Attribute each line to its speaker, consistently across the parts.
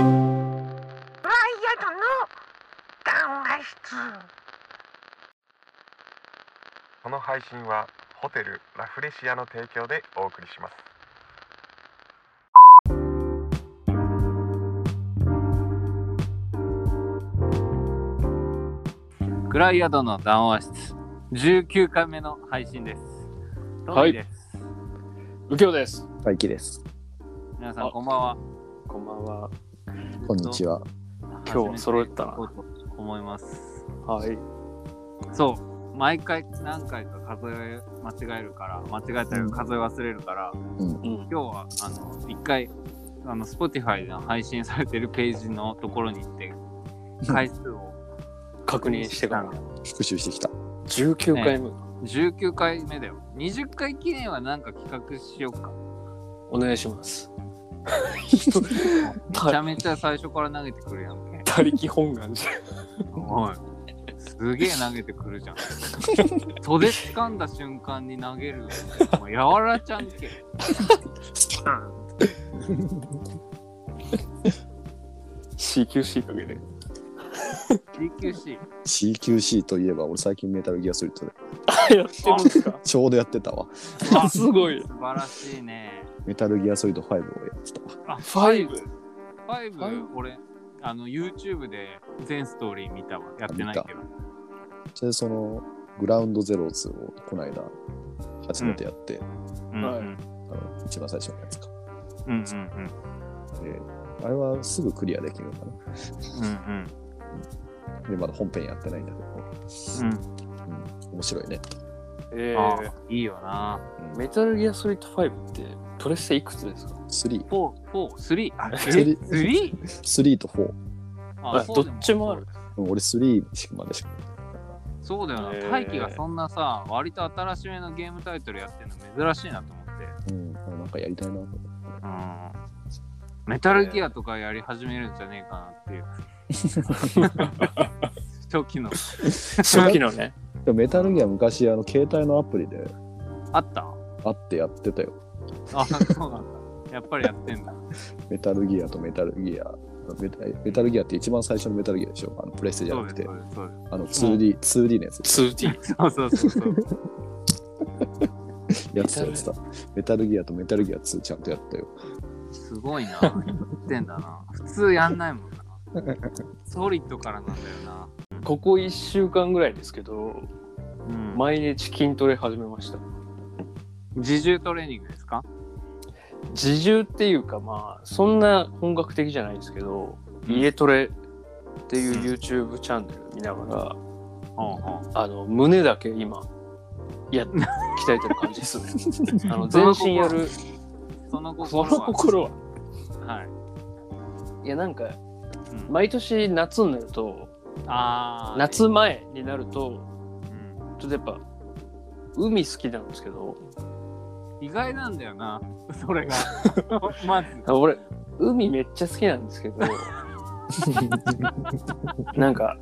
Speaker 1: ワイヤドの談話室。
Speaker 2: この配信はホテルラフレシアの提供でお送りします
Speaker 3: グライヤドの談話室19回目の配信です。トミーです。
Speaker 4: 右京です。
Speaker 5: 大輝です。
Speaker 3: 皆さん
Speaker 4: あ
Speaker 3: こんばんは。
Speaker 4: こんばんは。
Speaker 5: こんにちは。
Speaker 4: 今日は揃えたな
Speaker 3: 始めていこうと思います。
Speaker 4: はい。
Speaker 3: そう、毎回何回か数え間違えるから、間違えたり数え忘れるから、
Speaker 4: うん。
Speaker 3: 今日はあの一回あの Spotify の配信されてるページのところに行って回数を
Speaker 4: 確認してから。
Speaker 5: 復習してきた。
Speaker 4: 19回目、
Speaker 3: 19回目だよ。20回記念はなんか企画しようか。
Speaker 4: お願いし ます。
Speaker 3: めちゃめちゃ最初から投げてくるやんけ。
Speaker 4: 他力本願じ
Speaker 3: はい。すげえ投げてくるじゃん。袖掴んだ瞬間に投げる。もうやわらちゃんけ。
Speaker 4: ゃん。CQC かけて。
Speaker 3: DQC。
Speaker 5: CQC といえば、俺最近メタルギアソリッドで
Speaker 4: あ、やってるんですか
Speaker 5: ちょうどやってたわ。
Speaker 3: あ
Speaker 4: すごい
Speaker 3: 素晴らしいね。
Speaker 5: メタルギアソリッド5をやってた
Speaker 3: あ、
Speaker 5: わ。
Speaker 4: ファイブ。
Speaker 3: ファイブ、俺、あの、YouTube で全ストーリー見たわ。やってないけど。
Speaker 5: それでその、グラウンドゼローズをこの間、初めてやって、
Speaker 3: うんうん。
Speaker 4: は
Speaker 3: う
Speaker 4: い
Speaker 3: ん
Speaker 5: あの一番最初のやつか。
Speaker 3: うんうん。
Speaker 5: であれはすぐクリアできるのか
Speaker 3: うんうん。
Speaker 5: な。で、まだ本編やってないんだけど、
Speaker 3: うん
Speaker 5: うん、面白いね。
Speaker 4: え
Speaker 3: あいいよな。
Speaker 4: ー、メタルギアソリッド5ってプレステいくつですか
Speaker 3: 4、
Speaker 5: 3、
Speaker 3: 4、3。あ、え
Speaker 5: 3
Speaker 3: 3?
Speaker 5: 3と4。
Speaker 4: あどっちもあ。
Speaker 3: 4で
Speaker 4: る。
Speaker 5: うん俺3しかまでしか。
Speaker 3: そうだよ
Speaker 4: へ
Speaker 3: な。
Speaker 4: ー
Speaker 3: 大輝がそんなさ、割と新しめのゲームタイトルやってるの珍しいなと思って。
Speaker 5: うん、あなんかやりたいなと思って。
Speaker 3: うんメタルギアとかやり始めるんじゃねえかなって いう。初期の。
Speaker 4: 初期のね。
Speaker 5: でもメタルギア昔、あの、携帯のアプリで
Speaker 3: あった
Speaker 5: 会ってやってたよ。
Speaker 3: あ、そうなんだ。やっぱり やってんだ。
Speaker 5: メタルギアとメタルギア。メタメタルギアって一番最初のメタルギアでしょあのプレステじゃ
Speaker 3: そう
Speaker 5: なく
Speaker 3: です、
Speaker 5: て
Speaker 3: そ、うです、そう
Speaker 5: あの 2D、2D のやつ。
Speaker 4: 2D。
Speaker 3: です。そうそうそうそう。
Speaker 5: やってたやつだ。メタルギアとメタルギア2ちゃんとやったよ。
Speaker 3: すごいな。やってんだな。普通やんないもんな。ソリッドからなんだよな。
Speaker 4: ここ1週間ぐらいですけど、
Speaker 3: うん、
Speaker 4: 毎日筋トレ始めました。
Speaker 3: 自重トレーニングですか
Speaker 4: 自重っていうかまあそんな本格的じゃないですけど、
Speaker 3: うん
Speaker 4: 家トレっていう YouTube チャンネル見なが
Speaker 3: ほうほう
Speaker 4: らあの胸だけ今や鍛えてる感じですね あの
Speaker 3: その
Speaker 4: 全
Speaker 3: 心
Speaker 4: 身やる
Speaker 3: その心
Speaker 4: その
Speaker 3: は。
Speaker 4: 心は
Speaker 3: はい。
Speaker 4: いやなんか
Speaker 3: うん
Speaker 4: 毎年夏になると
Speaker 3: あー
Speaker 4: 夏前になると
Speaker 3: うん
Speaker 4: ちょっとやっぱ海好きなんですけど
Speaker 3: 意外なんだよな。そ れが。まず。
Speaker 4: あ俺海めっちゃ好きなんですけど なんか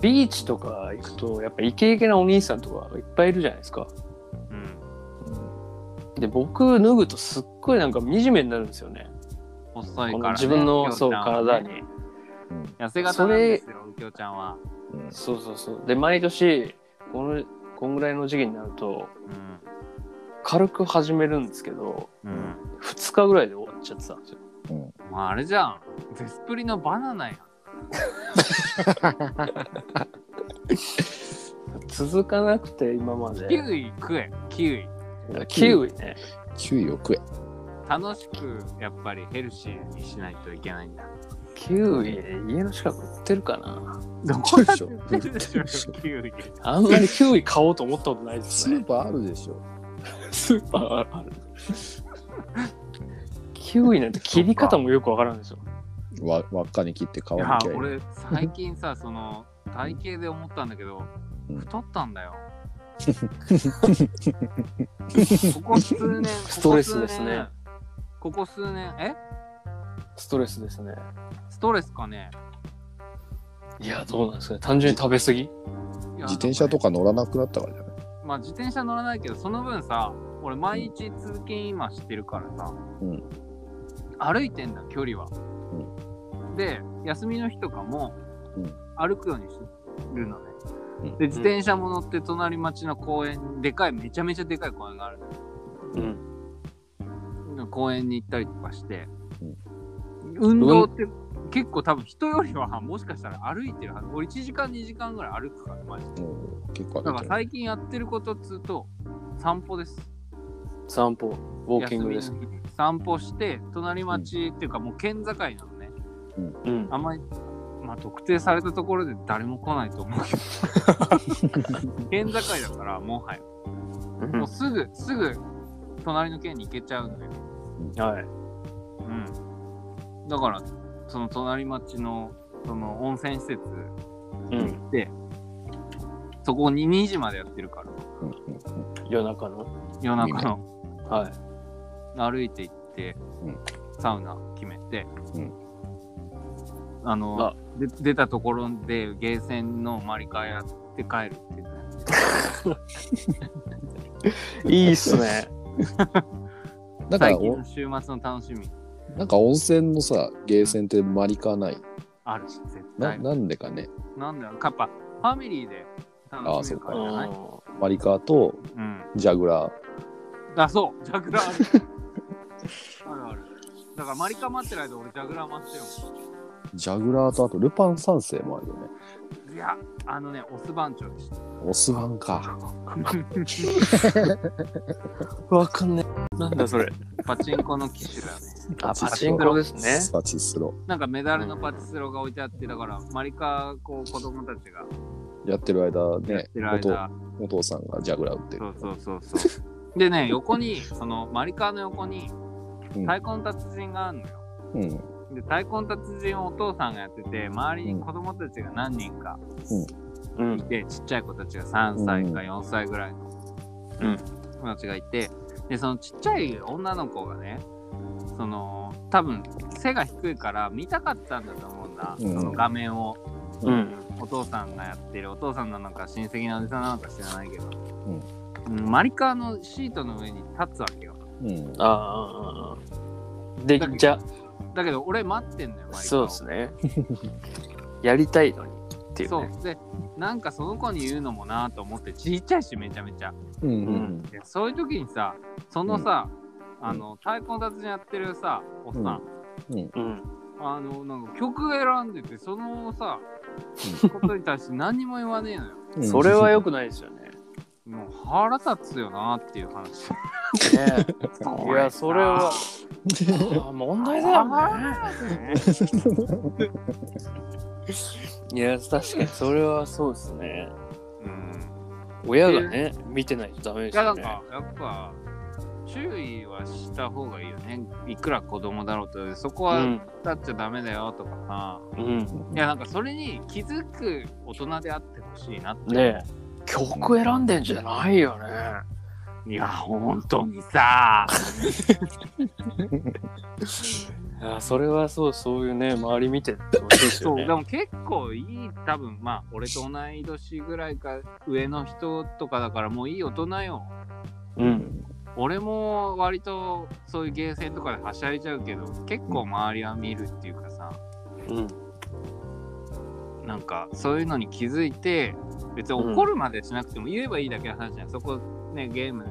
Speaker 4: ビーチとか行くとやっぱイケイケなお兄さんとかいっぱいいるじゃないですか
Speaker 3: うん
Speaker 4: で僕脱ぐとすっごいなんか惨めになるんですよね
Speaker 3: 細い
Speaker 4: こ
Speaker 3: から、ね、
Speaker 4: の自分の
Speaker 3: 右京
Speaker 4: そう
Speaker 3: ちゃんはね
Speaker 4: 体に
Speaker 3: 痩せ型なんですよ、右京ちゃんは。
Speaker 5: うん
Speaker 4: そうそうそうで毎年このこんぐらいの時期になると
Speaker 3: うん。
Speaker 4: 軽く始めるんですけど
Speaker 3: うん。
Speaker 4: 2日ぐらいで終わっちゃってたんですよ
Speaker 3: まあ、あれじゃん。ゼスプリのバナナやん。
Speaker 4: 続かなくて今まで
Speaker 3: キウイ食え、キウイ。
Speaker 4: キウイね
Speaker 5: キウイを食え。
Speaker 3: 楽しく、やっぱりヘルシーにしないといけないん だ。
Speaker 4: キウイ家の近く売ってるかな
Speaker 3: ど
Speaker 5: こでしょ
Speaker 3: 売ってるで しょキウイ。
Speaker 4: あんまりキウイ買おうと思ったことないです
Speaker 5: スー
Speaker 4: ね。
Speaker 5: パーあるでしょ。
Speaker 4: スーパーある。キウイなんて切り方もよくわからんですよ。
Speaker 5: わ輪っかに切って皮
Speaker 3: い
Speaker 5: む
Speaker 3: や
Speaker 5: きゃいい。
Speaker 3: 俺、最近さ、その、体型で思ったんだけど、
Speaker 5: うん
Speaker 3: 太ったんだ よ。ここ数年、
Speaker 4: ストレスですね
Speaker 3: ここ数年。ここ数年、え
Speaker 4: ストレスですね。
Speaker 3: ストレスかね
Speaker 4: いや、どうなんですかね。単純に食べ過ぎ
Speaker 3: いや
Speaker 5: 自転車とか乗らなくなったからじゃない
Speaker 3: まあ自転車乗らないけどその分さ俺毎日通勤今してるからさ、
Speaker 5: うん
Speaker 3: 歩いてんだ距離は、で休みの日とかも
Speaker 5: うん
Speaker 3: 歩くようにするのね、
Speaker 5: うん
Speaker 3: で自転車も乗って隣町の公園でかいめちゃめちゃでかい公園がある
Speaker 4: うん。
Speaker 3: の公園に行ったりとかして、
Speaker 5: うん
Speaker 3: 運動って結構多分人よりはもしかしたら歩いてるはず俺1時間2時間ぐらい歩くからマジで
Speaker 5: うん結構
Speaker 3: だ
Speaker 5: 歩
Speaker 3: から
Speaker 5: いてる。
Speaker 3: 最近やってることっつうと散歩です
Speaker 4: 散歩、ウォーキングです
Speaker 3: 休。みの日散歩して隣町っていうかもう県境なのね、
Speaker 4: うん。
Speaker 3: あんまり、まあ、特定されたところで誰も来ないと思うけ ど県境だからもはや
Speaker 4: うん
Speaker 3: もうすぐすぐ隣の県に行けちゃうのよ、
Speaker 4: はい。
Speaker 3: うん、だからその隣町のその温泉施設
Speaker 4: うん。
Speaker 3: でそこに2時までやってるから
Speaker 5: うんうんうん
Speaker 4: 夜中の。
Speaker 3: 夜中の
Speaker 4: はい。
Speaker 3: 歩いて行って、
Speaker 5: うん
Speaker 3: サウナ決めて、
Speaker 5: うん
Speaker 3: あので出たところでゲーセンのマリカやって帰るっていう
Speaker 4: いいっすね。
Speaker 5: なん
Speaker 3: 最近
Speaker 5: かお
Speaker 3: の週末の楽しみ
Speaker 5: なんか温泉のさ、ゲーセンってマリカない。
Speaker 3: あるし絶
Speaker 5: な
Speaker 3: 対な
Speaker 5: なんでかね。
Speaker 3: んだろうやっぱファミリーで楽しめるからじゃない
Speaker 5: マリカと
Speaker 3: うん
Speaker 5: ジャグラー。
Speaker 3: あ、そう、ジャグラーあ る。あるある。だから、マリカ待ってる間、俺、ジャグラー待ってる
Speaker 5: ジャグラーとあとルパン三世もあるよね。
Speaker 3: もん。いや、あのね、オス番長で した。
Speaker 5: オスワンか。
Speaker 4: わかんねえ。なんだそれ。
Speaker 3: パチンコの機種だね。
Speaker 4: あ、パチンコですね。
Speaker 5: パチスロ。
Speaker 3: なんかメダルのパチスロが置いてあって、だから、マリカ、こう、子供たちが
Speaker 5: やってる間
Speaker 3: やっ
Speaker 5: ね
Speaker 3: てる間、
Speaker 5: お父、お父さんがジャグラー打って
Speaker 3: そ
Speaker 5: る。
Speaker 3: うそうそうそう。でね、横に、その、マリカの横に、
Speaker 5: うん
Speaker 3: 太鼓の達人があるのよ。
Speaker 5: うん。
Speaker 3: で、太鼓の達人をお父さんがやってて、周りに子供たちが何人か
Speaker 4: う
Speaker 3: い
Speaker 4: ん。
Speaker 3: てちっちゃい子たちが3歳か4歳ぐらいの
Speaker 4: うん
Speaker 3: 友達がいてでそのちっちゃい女の子がねその多分背が低いから見たかったんだと思うんだ、
Speaker 5: うん
Speaker 3: その画面を
Speaker 4: うん。
Speaker 3: お父さんがやってるお父さんなのか親戚のおじさんなのか知らないけど、うんマリカーのシートの上に立つわけよ
Speaker 5: うん。
Speaker 4: ああああ。できちゃ
Speaker 3: だけど俺待ってんのよマリカを
Speaker 4: そうですね。やりたいのにっていうね。
Speaker 3: そうでなんかその子に言うのもなと思ってちっちゃいしめちゃめちゃ
Speaker 5: うんうん
Speaker 3: でそういう時にさそのさ、あの太鼓の達人やってるさおっさん、
Speaker 4: うん。
Speaker 3: あのなんか曲選んでてそのさことに対して何にも言わねえのよ
Speaker 5: うん。
Speaker 4: それは良くないですよね。
Speaker 3: もう腹立つよなっていう話
Speaker 4: ね えいや、それは。ああ問題だよね。 いや、確かにそれはそうですね。
Speaker 3: うん
Speaker 4: 親がね、見てないとダメで
Speaker 3: い
Speaker 4: す
Speaker 3: やな
Speaker 4: よ
Speaker 3: ん
Speaker 4: ね。
Speaker 3: かやっぱ注意はした方がいいよねいくら子供だろうとそこは
Speaker 4: うん。
Speaker 3: 立っちゃダメだよとかさ、
Speaker 4: うん。
Speaker 3: いやなんかそれに気づく大人であってほしいなって
Speaker 4: ねえ曲選んでんじゃないよね。
Speaker 3: いや本当にさ
Speaker 4: いやそれはそうそういうね周り見てってほしいです
Speaker 3: そ
Speaker 4: よ
Speaker 3: う、
Speaker 4: ね
Speaker 3: で。も結構いい、多分まあ、俺と同い年ぐらいか、上の人とかだから、もういい大人よ。
Speaker 4: うん。
Speaker 3: 俺も割とそういうゲーセンとかではしゃいじゃうけど、結構周りは見るっていうかさ、
Speaker 4: うん。
Speaker 3: なんかそういうのに気づいて、別に怒るまでしなくても言えばいいだけの話じゃん。そこね、ゲーム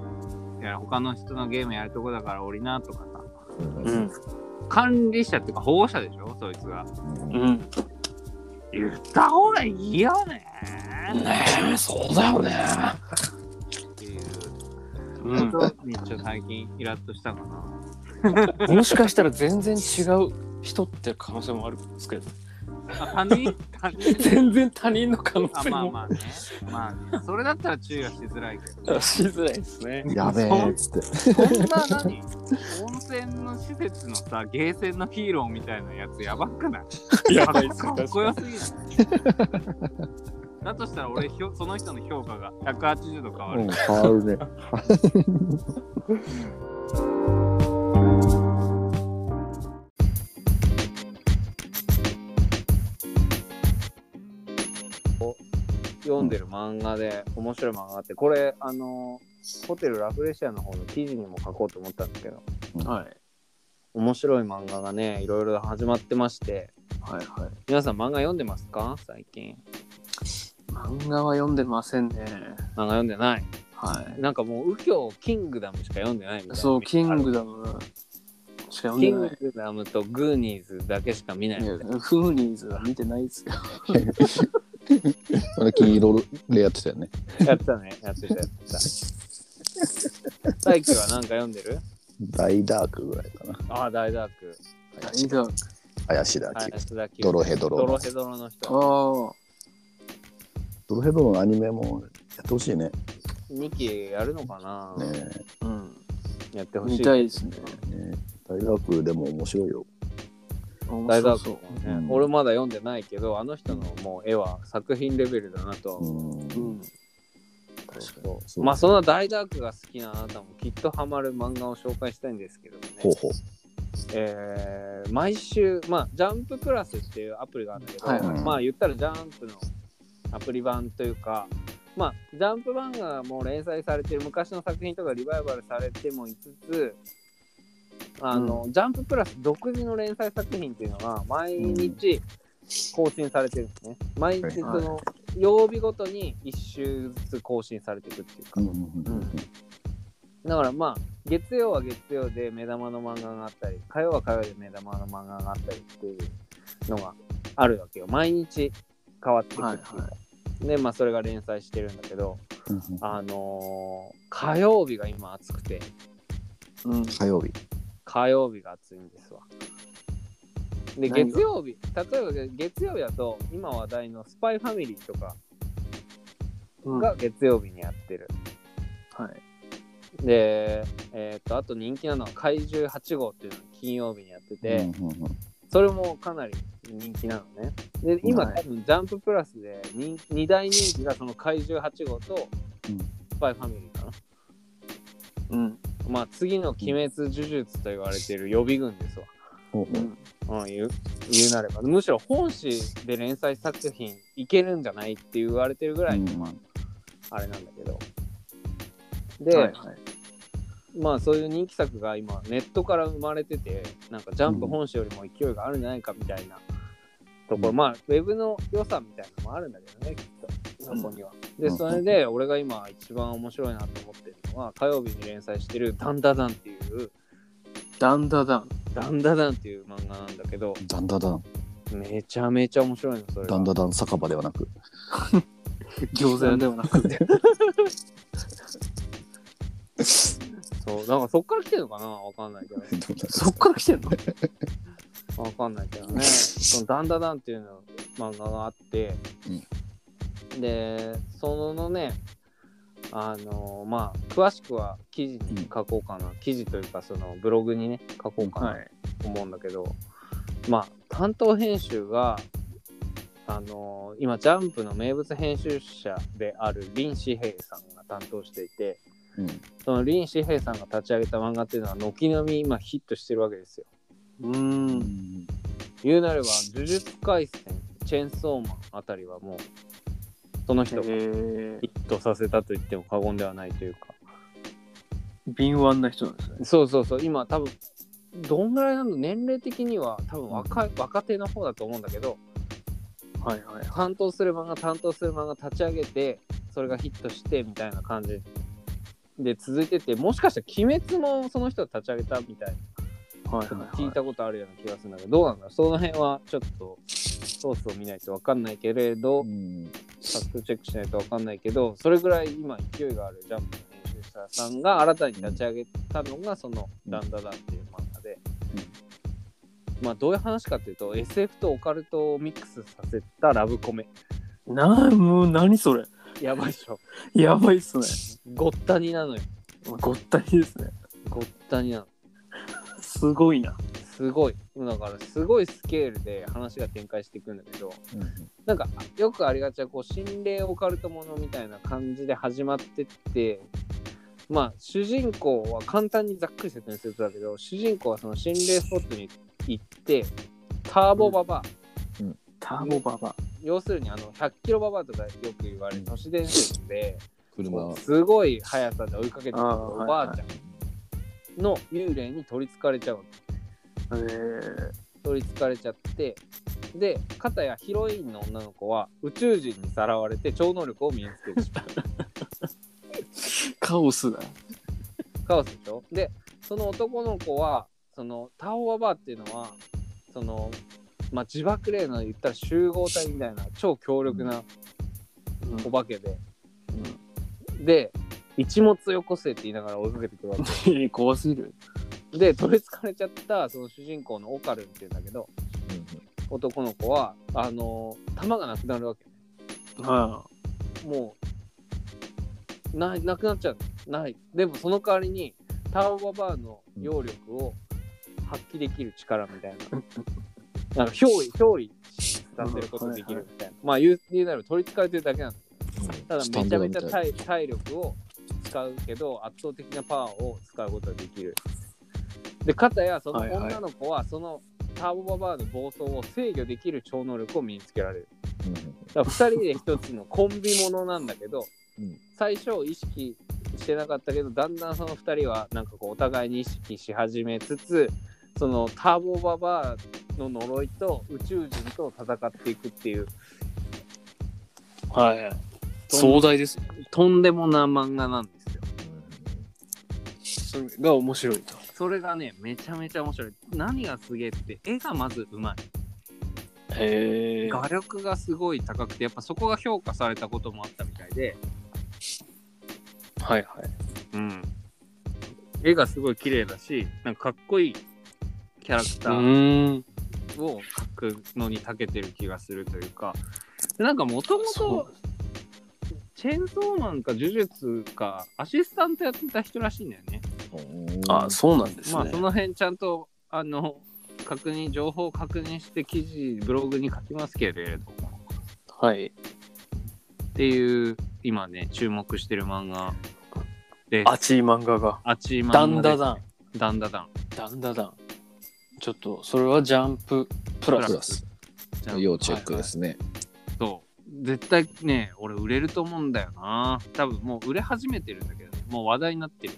Speaker 3: やら、他の人のゲームやるとこだから俺なとかさ、
Speaker 5: うん
Speaker 4: うん。
Speaker 3: 管理者っていうか保護者でしょ、そいつが。
Speaker 4: うん。
Speaker 3: 言った方がいいよね
Speaker 4: ねえ、そうだよね。
Speaker 3: っていう。
Speaker 4: う
Speaker 3: ちょっとめっちゃ最近イラッとしたかな。
Speaker 4: ん。もしかしたら全然違う人って可能性もあるんですけど、
Speaker 3: あ、他人他人
Speaker 4: 全然他人の可能
Speaker 3: あ、
Speaker 4: 性
Speaker 3: まあ
Speaker 4: も
Speaker 3: まあね。まあね。それだったら注意はしづらいけど。
Speaker 4: しづらいですね。
Speaker 5: やべえっつって。
Speaker 3: こんな何温泉の施設のさ、ゲーセンのヒーローみたいなやつやばくない
Speaker 4: やばいっす
Speaker 3: か
Speaker 4: ね
Speaker 3: っこよすぎないだとしたら俺ひょ、その人の評価が180度変わ
Speaker 5: う
Speaker 3: る。
Speaker 5: ん、変わるね。
Speaker 3: 読んでる漫画で、面白い漫画があって、これ、あの、ホテルラフレシアの方の記事にも書こうと思ったんですけど、
Speaker 4: はい。
Speaker 3: 面白い漫画がね、いろいろ始まってまして、
Speaker 4: はいはい。
Speaker 3: 皆さん漫画読んでますか最近。
Speaker 4: 漫画は読んでませんね。
Speaker 3: 漫画読んでない。
Speaker 4: はい。
Speaker 3: なんかもう、右京キングダムしか読んでないみたいな。
Speaker 4: そう、キングダムしか読ん
Speaker 3: キ
Speaker 4: で
Speaker 3: ン
Speaker 4: ない。
Speaker 3: グダムとグーニーズだけしか見ない
Speaker 4: い。やフーニーズは見てないですよ。
Speaker 5: あれ、金色でやってたよね。
Speaker 3: やってたね。やってた、やってた。大輝は何か読んでる
Speaker 5: 大ダークぐらいかな。
Speaker 3: ああ、大ダーク。
Speaker 4: 大学。
Speaker 5: 林田明。
Speaker 3: はい、安田
Speaker 5: ドロヘド
Speaker 3: ドロ
Speaker 5: ロ。
Speaker 3: ヘドロの人。
Speaker 4: あ
Speaker 5: ドロヘドロのアニメもやってほしいね。
Speaker 3: 2期やるのかな、
Speaker 5: ね
Speaker 4: あ。うん。
Speaker 3: やってほしい。
Speaker 4: 見たいですね。
Speaker 5: えねえ大ダークでも面白いよ。
Speaker 4: 面
Speaker 3: 大
Speaker 4: 白
Speaker 3: 学
Speaker 4: そう。
Speaker 3: ね、
Speaker 5: うん
Speaker 3: 俺まだ読んでないけどあの人のもう絵は作品レベルだなとは
Speaker 5: う
Speaker 3: 思
Speaker 4: う
Speaker 5: ん。
Speaker 4: ん。
Speaker 3: う
Speaker 5: 確
Speaker 3: そう
Speaker 5: そう
Speaker 3: まあそんな大ダークが好きなあなたもきっとハマる漫画を紹介したいんですけどね、
Speaker 5: ほうほう。
Speaker 3: えー毎週、まあ、ジャンププラスっていうアプリがあるんだけど、
Speaker 4: はい
Speaker 5: はい
Speaker 3: まあ言ったらジャンプのアプリ版というか、まあ、ジャンプ版がもう連載されてる昔の作品とかリバイバルされてもいつつあの、ジャンププラス独自の連載作品っていうのが毎日更新されてるんですね。毎日そ
Speaker 4: はい
Speaker 3: の曜日ごとに1週ずつ更新されていくっていうか。
Speaker 5: うんうんうんうん
Speaker 3: だからまあ月曜は月曜で目玉の漫画があったり火曜は火曜で目玉の漫画があったりっていうのがあるわけよ毎日変わっていくっていうか、
Speaker 4: は
Speaker 3: でまあそれが連載してるんだけど
Speaker 5: うんうん
Speaker 3: あのー火曜日が今暑くて
Speaker 4: うん。
Speaker 5: 火曜日。
Speaker 3: 火曜日が暑いんですわで
Speaker 4: 何が
Speaker 3: 月曜日例えば月曜日だと今話題の「スパイファミリー」とか
Speaker 4: うんは
Speaker 3: が月曜日にやってる、
Speaker 4: い。
Speaker 3: で、えー、とあと人気なのは「怪獣8号」っていうのが金曜日にやってて、
Speaker 5: うんうんうん
Speaker 3: それもかなり人気なのね。で、今、
Speaker 4: はい
Speaker 3: 多分ジャンププラスで人2大人気がその怪獣8号と
Speaker 5: うん
Speaker 3: スパイファミリーかな。
Speaker 4: うん。
Speaker 3: まあ次の鬼滅呪術と言われてる予備軍ですわ。
Speaker 5: ほう
Speaker 4: う。
Speaker 5: ほうん
Speaker 3: うん、言う言うなれば。むしろ本誌で連載作品いけるんじゃないって言われてるぐらい、
Speaker 5: うん
Speaker 3: まあ、あれなんだけど。で、
Speaker 4: はいはい。
Speaker 3: まあそういう人気作が今ネットから生まれててなんかジャンプ本誌よりも勢いがあるんじゃないかみたいなところ、
Speaker 5: うん
Speaker 3: まあウェブの良さみたいなのもあるんだけどねきっとそこには。で
Speaker 5: うん
Speaker 3: それで俺が今一番面白いなと思ってるのは火曜日に連載してる「ダンダダン」っていう
Speaker 4: ダンダダン。
Speaker 3: 「ダンダダン」っていう漫画なんだけど
Speaker 5: ダンダダン、
Speaker 3: めちゃめちゃ面白いのそれ
Speaker 5: ダ
Speaker 3: が
Speaker 5: ン。ダダン酒場ではなく。
Speaker 4: 餃子屋ではなくて。
Speaker 3: そうなんかそっから来てるのかなわかんないけど。
Speaker 4: そっから来てんの
Speaker 3: わかんないけど ね。そのダンダダンっていうの漫画があって、で、そのね、あのまあ、詳しくは記事に書こうかな、記事というか、そのブログにね、書こうかな
Speaker 4: はい。
Speaker 3: と思うんだけど、まあ、担当編集が、あの今、ジャンプの名物編集者である林志平さんが担当していて、
Speaker 5: うん
Speaker 3: その林志平さんが立ち上げた漫画っていうのは、軒並み今、ヒットしてるわけですよ。
Speaker 4: う。
Speaker 5: うんん
Speaker 3: 言うなれば「呪術廻戦」「チェーンソーマン」あたりはもうその人がヒ
Speaker 4: えー、
Speaker 3: ットさせたと言っても過言ではないというか
Speaker 4: 敏腕な人なんですね。
Speaker 3: そうそうそう今多分どんぐらいなの年齢的には多分若い若手の方だと思うんだけど
Speaker 4: はいはい。
Speaker 3: 担当する漫画担当する漫画立ち上げてそれがヒットしてみたいな感じで続いててもしかしたら「鬼滅」もその人が立ち上げたみたいな
Speaker 4: はいはい、
Speaker 3: 聞い
Speaker 4: はい。
Speaker 3: たことあるような気がするんだけどどうなんだろうその辺はちょっとソースを見ないと分かんないけれど、
Speaker 5: うん
Speaker 3: ファクトチェックしないと分かんないけどそれぐらい今勢いがあるジャンプの編集者さんが新たに立ち上げたのがその「
Speaker 5: うん
Speaker 3: ダンダダン」っていう漫画で、まあどういう話かっていうと SF とオカルトをミックスさせたラブコメ
Speaker 4: なもう何それ。
Speaker 3: やばいっしょ
Speaker 4: やばいっすね。
Speaker 3: ごったになのよ
Speaker 4: ごったりですね。
Speaker 3: ごったになの
Speaker 4: すごいな。
Speaker 3: すごいだからすごいスケールで話が展開していくんだけど
Speaker 5: うん
Speaker 3: なんかよくありがちはこう心霊オカルトものみたいな感じで始まってってまあ主人公は簡単にざっくり説明するとだけど主人公はその心霊スポットに行ってターボババア、
Speaker 4: ターボババ。
Speaker 3: 要するにあの100キロババアとかよく言われる都市伝説で
Speaker 5: 車
Speaker 3: こうすごい速さで追いかけてくる
Speaker 4: ああ
Speaker 3: おばあちゃんの幽霊に取りつかれちゃう
Speaker 4: えー、
Speaker 3: 取りつかれちゃってで片やヒロインの女の子は宇宙人にさらわれて超能力を身につけてしまう
Speaker 4: カオスだ。
Speaker 3: カオスでしょでその男の子はそのタオワバっていうのはその、まあ、自爆霊の言ったら集合体みたいな超強力なお化けで、で一物よこせって言いながら追いかけてくるわけ
Speaker 4: 怖すぎる。
Speaker 3: で取りつかれちゃったその主人公のオカルンっていうんだけど男の子はあの弾がなくなるわけ
Speaker 4: あ
Speaker 3: もうないなくなっちゃうないでもその代わりにタオババアの揚力を発揮できる力みたいななんか憑依憑依させることできるみたいな、まあ言う言うなら取りつかれてるだけなんだただ
Speaker 5: スタ
Speaker 3: め
Speaker 5: ン
Speaker 3: ちゃ
Speaker 5: ドだ
Speaker 3: め
Speaker 5: み
Speaker 3: ち
Speaker 5: た
Speaker 3: ゃ
Speaker 5: いな
Speaker 3: 体体力を使うけど圧倒的なパワーを使うことができる。で、かたやその
Speaker 4: はいはい
Speaker 3: 女の子はそのターボババアの暴走を制御できる超能力を身につけられる。だから2人で一つのコンビものなんだけど、
Speaker 5: うん
Speaker 3: 最初意識してなかったけどだんだんその2人はなんかこうお互いに意識し始めつつそのターボババアの呪いと宇宙人と戦っていくっていう
Speaker 4: あ。はい。壮大ですね。
Speaker 3: とんでもな漫画なんですよ。
Speaker 4: それが面白いと。
Speaker 3: それがね、めちゃめちゃ面白い。何がすげえって、絵がまずうまい。
Speaker 4: へえ。
Speaker 3: 画力がすごい高くて、やっぱそこが評価されたこともあったみたいで、
Speaker 4: はいはい。
Speaker 3: うん。絵がすごい綺麗だし、なんかかっこいいキャラクタ
Speaker 4: う
Speaker 3: ー
Speaker 4: ーん。
Speaker 3: を描くのに長けてる気がするというか、でなんかもとも
Speaker 4: そ
Speaker 3: と、チェーンソーマンか呪術か、アシスタントやってた人らしいんだよね。
Speaker 4: あ、そうなんですね。
Speaker 3: まあその辺ちゃんと、あの、確認、情報を確認して記事、ブログに書きますけれども。
Speaker 4: はい。
Speaker 3: っていう今ね注目してる漫画です
Speaker 4: あちい漫画が。
Speaker 3: あち漫
Speaker 4: ダンダ
Speaker 3: ン
Speaker 4: ダン。
Speaker 3: ダンダダン
Speaker 4: ダンダダン。ちょっと、それはジャンププラ
Speaker 5: プラ
Speaker 4: ス。
Speaker 5: ス
Speaker 3: じゃん
Speaker 5: 要チェックですね
Speaker 3: そう絶対ね俺売れると思うんだよな多分もう売れ始めてるんだけどねもう話題になってる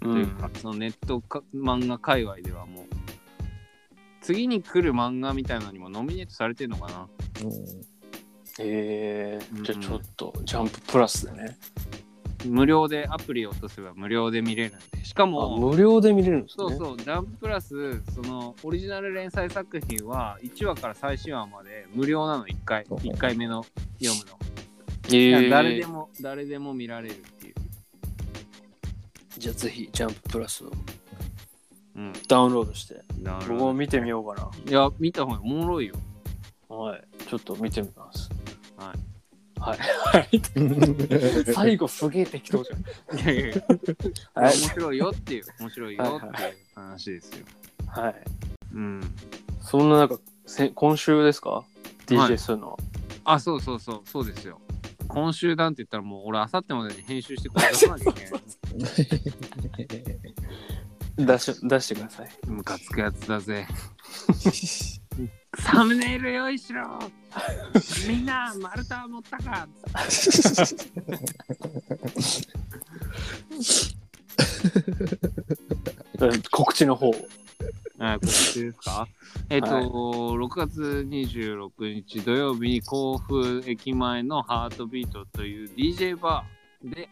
Speaker 4: う
Speaker 3: と
Speaker 4: ん
Speaker 3: いうか、そのネットか漫画界隈ではもう次に来る漫画みたいなのにもノミネートされてるのかな
Speaker 4: え
Speaker 3: う
Speaker 4: ー、
Speaker 3: ん
Speaker 4: じゃあちょっと、ジャンププラスでね。
Speaker 3: 無料でアプリを落とせば無料で見れるんでしか
Speaker 4: あ
Speaker 3: も
Speaker 4: 無料で見れるんです
Speaker 3: そう
Speaker 4: ね。
Speaker 3: そう、ジャンププラス、そのオリジナル連載作品は1話から最新話まで無料なの、1回、
Speaker 5: ほう
Speaker 3: 1回目の読むの。
Speaker 4: えー、
Speaker 3: 誰でも、誰でも見られるっていう。
Speaker 4: じゃあぜひ、ジャンププラスを
Speaker 3: うん、
Speaker 4: ダウンロードして、
Speaker 3: な
Speaker 4: 僕も見てみようか
Speaker 3: いや、見た方がおもろいよ。
Speaker 4: な。はい。ちょっと見てみます。。
Speaker 3: はい
Speaker 4: はい。 最後、すげえ適当じ
Speaker 3: いやいやいや
Speaker 4: ゃん。は
Speaker 3: 面
Speaker 4: い。
Speaker 3: 白いよっていう、面白いよ
Speaker 4: はい
Speaker 3: っていう話ですよ。
Speaker 4: はい。
Speaker 3: うん。
Speaker 4: そんな中、せ今週ですか
Speaker 3: はい
Speaker 4: ?DJ するのは。
Speaker 3: あ、そうそうそう、そうですよ。今週なんて言ったらもう俺、あさってまでに編集してこれ出さ なきゃいけない。
Speaker 4: 出し出してください。
Speaker 3: ムカつくやつだ ぜ。サムネイル用意し ろみんな、丸太持ったか
Speaker 4: うん告知の方を。
Speaker 3: あ告知ですか えっと、
Speaker 4: はい
Speaker 3: 6月26日土曜日に甲府駅前のハートビートという DJ バーで、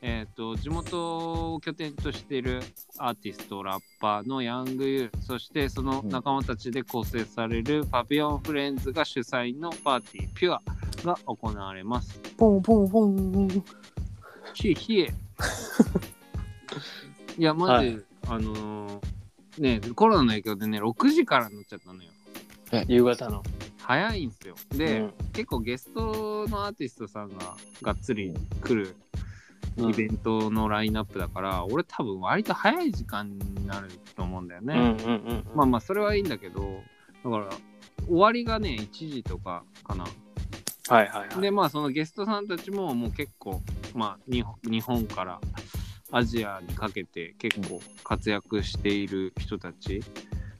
Speaker 3: えっと、地元を拠点としているアーティスト、ラッパーのヤングユー、そしてその仲間たちで構成されるパピオンフレンズが主催のパーティーピュアが行われます。
Speaker 4: ポンポンポン。
Speaker 3: ひえ ひえ。いや、マジ、
Speaker 4: は
Speaker 3: あのーね、コロナの影響でね、6時からになっちゃったのよ。
Speaker 4: 夕方の。
Speaker 3: 早いんですよ。で、
Speaker 4: うん
Speaker 3: 結構ゲストのアーティストさんががっつり来る
Speaker 4: うん
Speaker 3: イベントのラインナップだから、俺多分割と早い時間になると思うんだよね。
Speaker 4: うんうんうんうん。
Speaker 3: まあまあ、それはいいんだけど、だから、終わりがね、1時とかかな。
Speaker 4: はいはいはい。
Speaker 3: でまあそのゲストさんたちももう結構まあ日本日本からアジアにかけて結構活躍している人たち、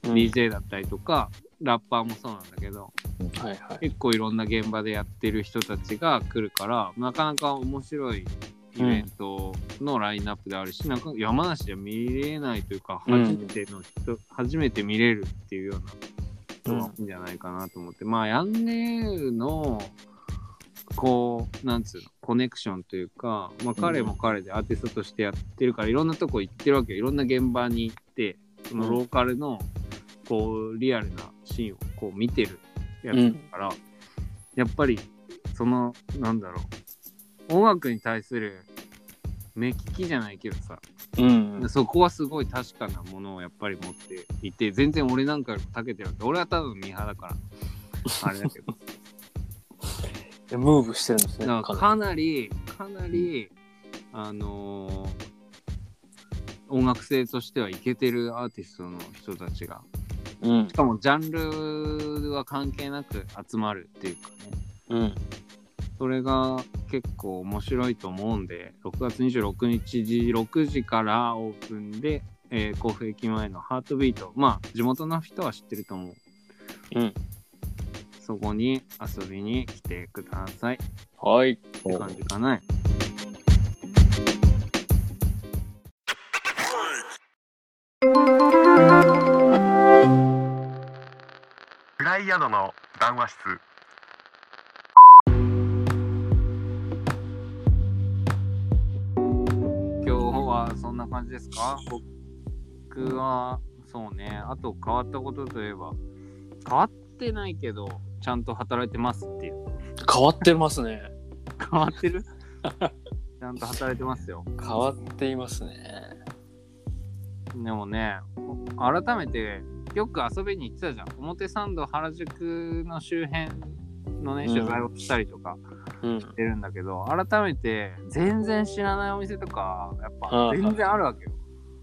Speaker 4: うん
Speaker 3: DJ だったりとかラッパーもそうなんだけど
Speaker 4: はいはい。
Speaker 3: 結構いろんな現場でやってる人たちが来るからなかなか面白いイベントのラインナップであるし、なんか山梨では見れないというか、
Speaker 4: うん
Speaker 3: 初めての人、初めて見れるっていうような人が多いんじゃないかなと思って、まあ、ヤンネーの、こう、なんつうの、コネクションというか、まあ、彼も彼でアーティストとしてやってるから、いろんなとこ行ってるわけよ。いろんな現場に行って、そのローカルの、こう、リアルなシーンをこう見てるやつだから、やっぱり、その、なんだろう、音楽に対する目利きじゃないけどさ、
Speaker 4: うん。
Speaker 3: そこはすごい確かなものをやっぱり持っていて、全然俺なんかよりも長けてるわけ。俺は多分ミーハーだ から、あれだけど。
Speaker 4: ムーブしてるんですね。
Speaker 3: だからかなりかなり、あのー音楽性としてはいけてるアーティストの人たちが
Speaker 4: うん
Speaker 3: し。かもジャンルは関係なく集まるっていうかね
Speaker 4: うん。
Speaker 3: それが結構面白いと思うんで6月26日時6時からオープンで、えー甲府駅前のハートビートまあ地元の人は知ってると思う
Speaker 4: うん。
Speaker 3: そこに遊びに来てくださいっ
Speaker 4: はい。
Speaker 3: て感じかな
Speaker 2: 暗い宿の談話室
Speaker 3: 今日はそんな感じですか僕はそうねあと変わったことといえば変わってないけどちゃんと働いてますっていう
Speaker 4: 変わってますね。
Speaker 3: 変わ ってるちゃんと働いてますよ
Speaker 4: 変わっていますね。
Speaker 3: でもね改めてよく遊びに行ってたじゃん表参道原宿の周辺のね
Speaker 4: うん
Speaker 3: 取材をしたりとか
Speaker 4: うん。
Speaker 3: してるんだけど、改めて全然知らないお店とかやっぱ
Speaker 4: はい
Speaker 3: 全然あるわけよ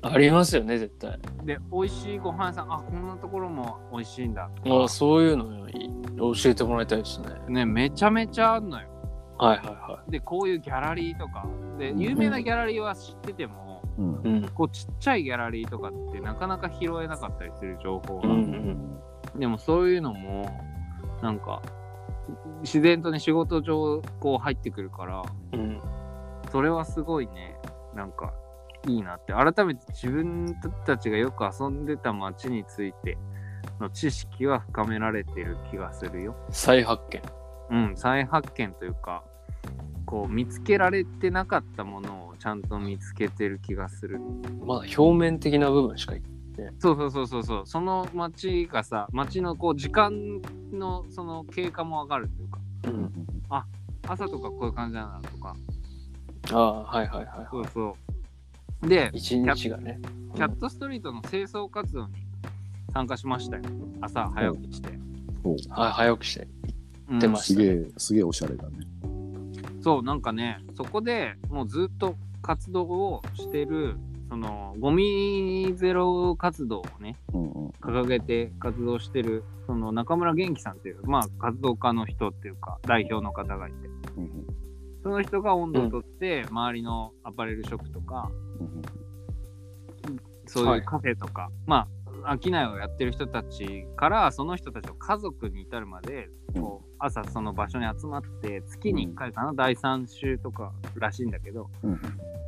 Speaker 4: ありますよね、絶対。
Speaker 3: で美味しいご飯屋さんあこんなところも美味しいんだとか
Speaker 4: あそういうのを教えてもらいたいです
Speaker 3: ね
Speaker 4: ね。
Speaker 3: めちゃめちゃあるのよ
Speaker 4: はいは
Speaker 3: でこういうギャラリーとかで
Speaker 4: ん
Speaker 3: 有名なギャラリーは知ってても、
Speaker 5: うん
Speaker 4: い はい。うん。
Speaker 3: こうちっちゃいギャラリーとかってなかなか拾えなかったりする情報
Speaker 4: う
Speaker 3: が、
Speaker 4: ん
Speaker 3: でもそういうのもなんか自然とね仕事上こう入ってくるから
Speaker 4: うん。うん。
Speaker 3: それはすごいねなんかいいなって改めて自分たちがよく遊んでた街についての知識は深められてる気がするよ。
Speaker 4: 再発見。
Speaker 3: うん、再発見というかこう見つけられてなかったものをちゃんと見つけてる気がする
Speaker 4: まだ表面的な部分しかい
Speaker 3: そうそうそうそうそうその街がさ街のこう時間のその経過もわかるというか
Speaker 4: うん。
Speaker 3: 朝とかこういう感じだなとか
Speaker 4: ああ、はいはいは
Speaker 3: そうそうで
Speaker 4: い。一日がね。
Speaker 3: キャットストリートの清掃活動に参加しましたよ朝早起きして、
Speaker 4: はい、早起きして。
Speaker 3: うん
Speaker 4: 出まし
Speaker 5: すげえ、すげえおしゃれだね。
Speaker 3: そうなんかねそこでもうずっと活動をしてるそのゴミゼロ活動をね
Speaker 5: うんうん。
Speaker 3: 掲げて活動してるその中村元気さんっていう、まあ、活動家の人っていうか代表の方がいて
Speaker 5: うんうん
Speaker 3: その人が温度をとって、周りのアパレルショップとか
Speaker 5: うん
Speaker 3: そう
Speaker 4: はいいう
Speaker 3: カフェとか、まあ商いをやってる人たちからその人たちを家族に至るまでこう朝その場所に集まって月に1回かな、第3週とからしいんだけど
Speaker 5: うんうん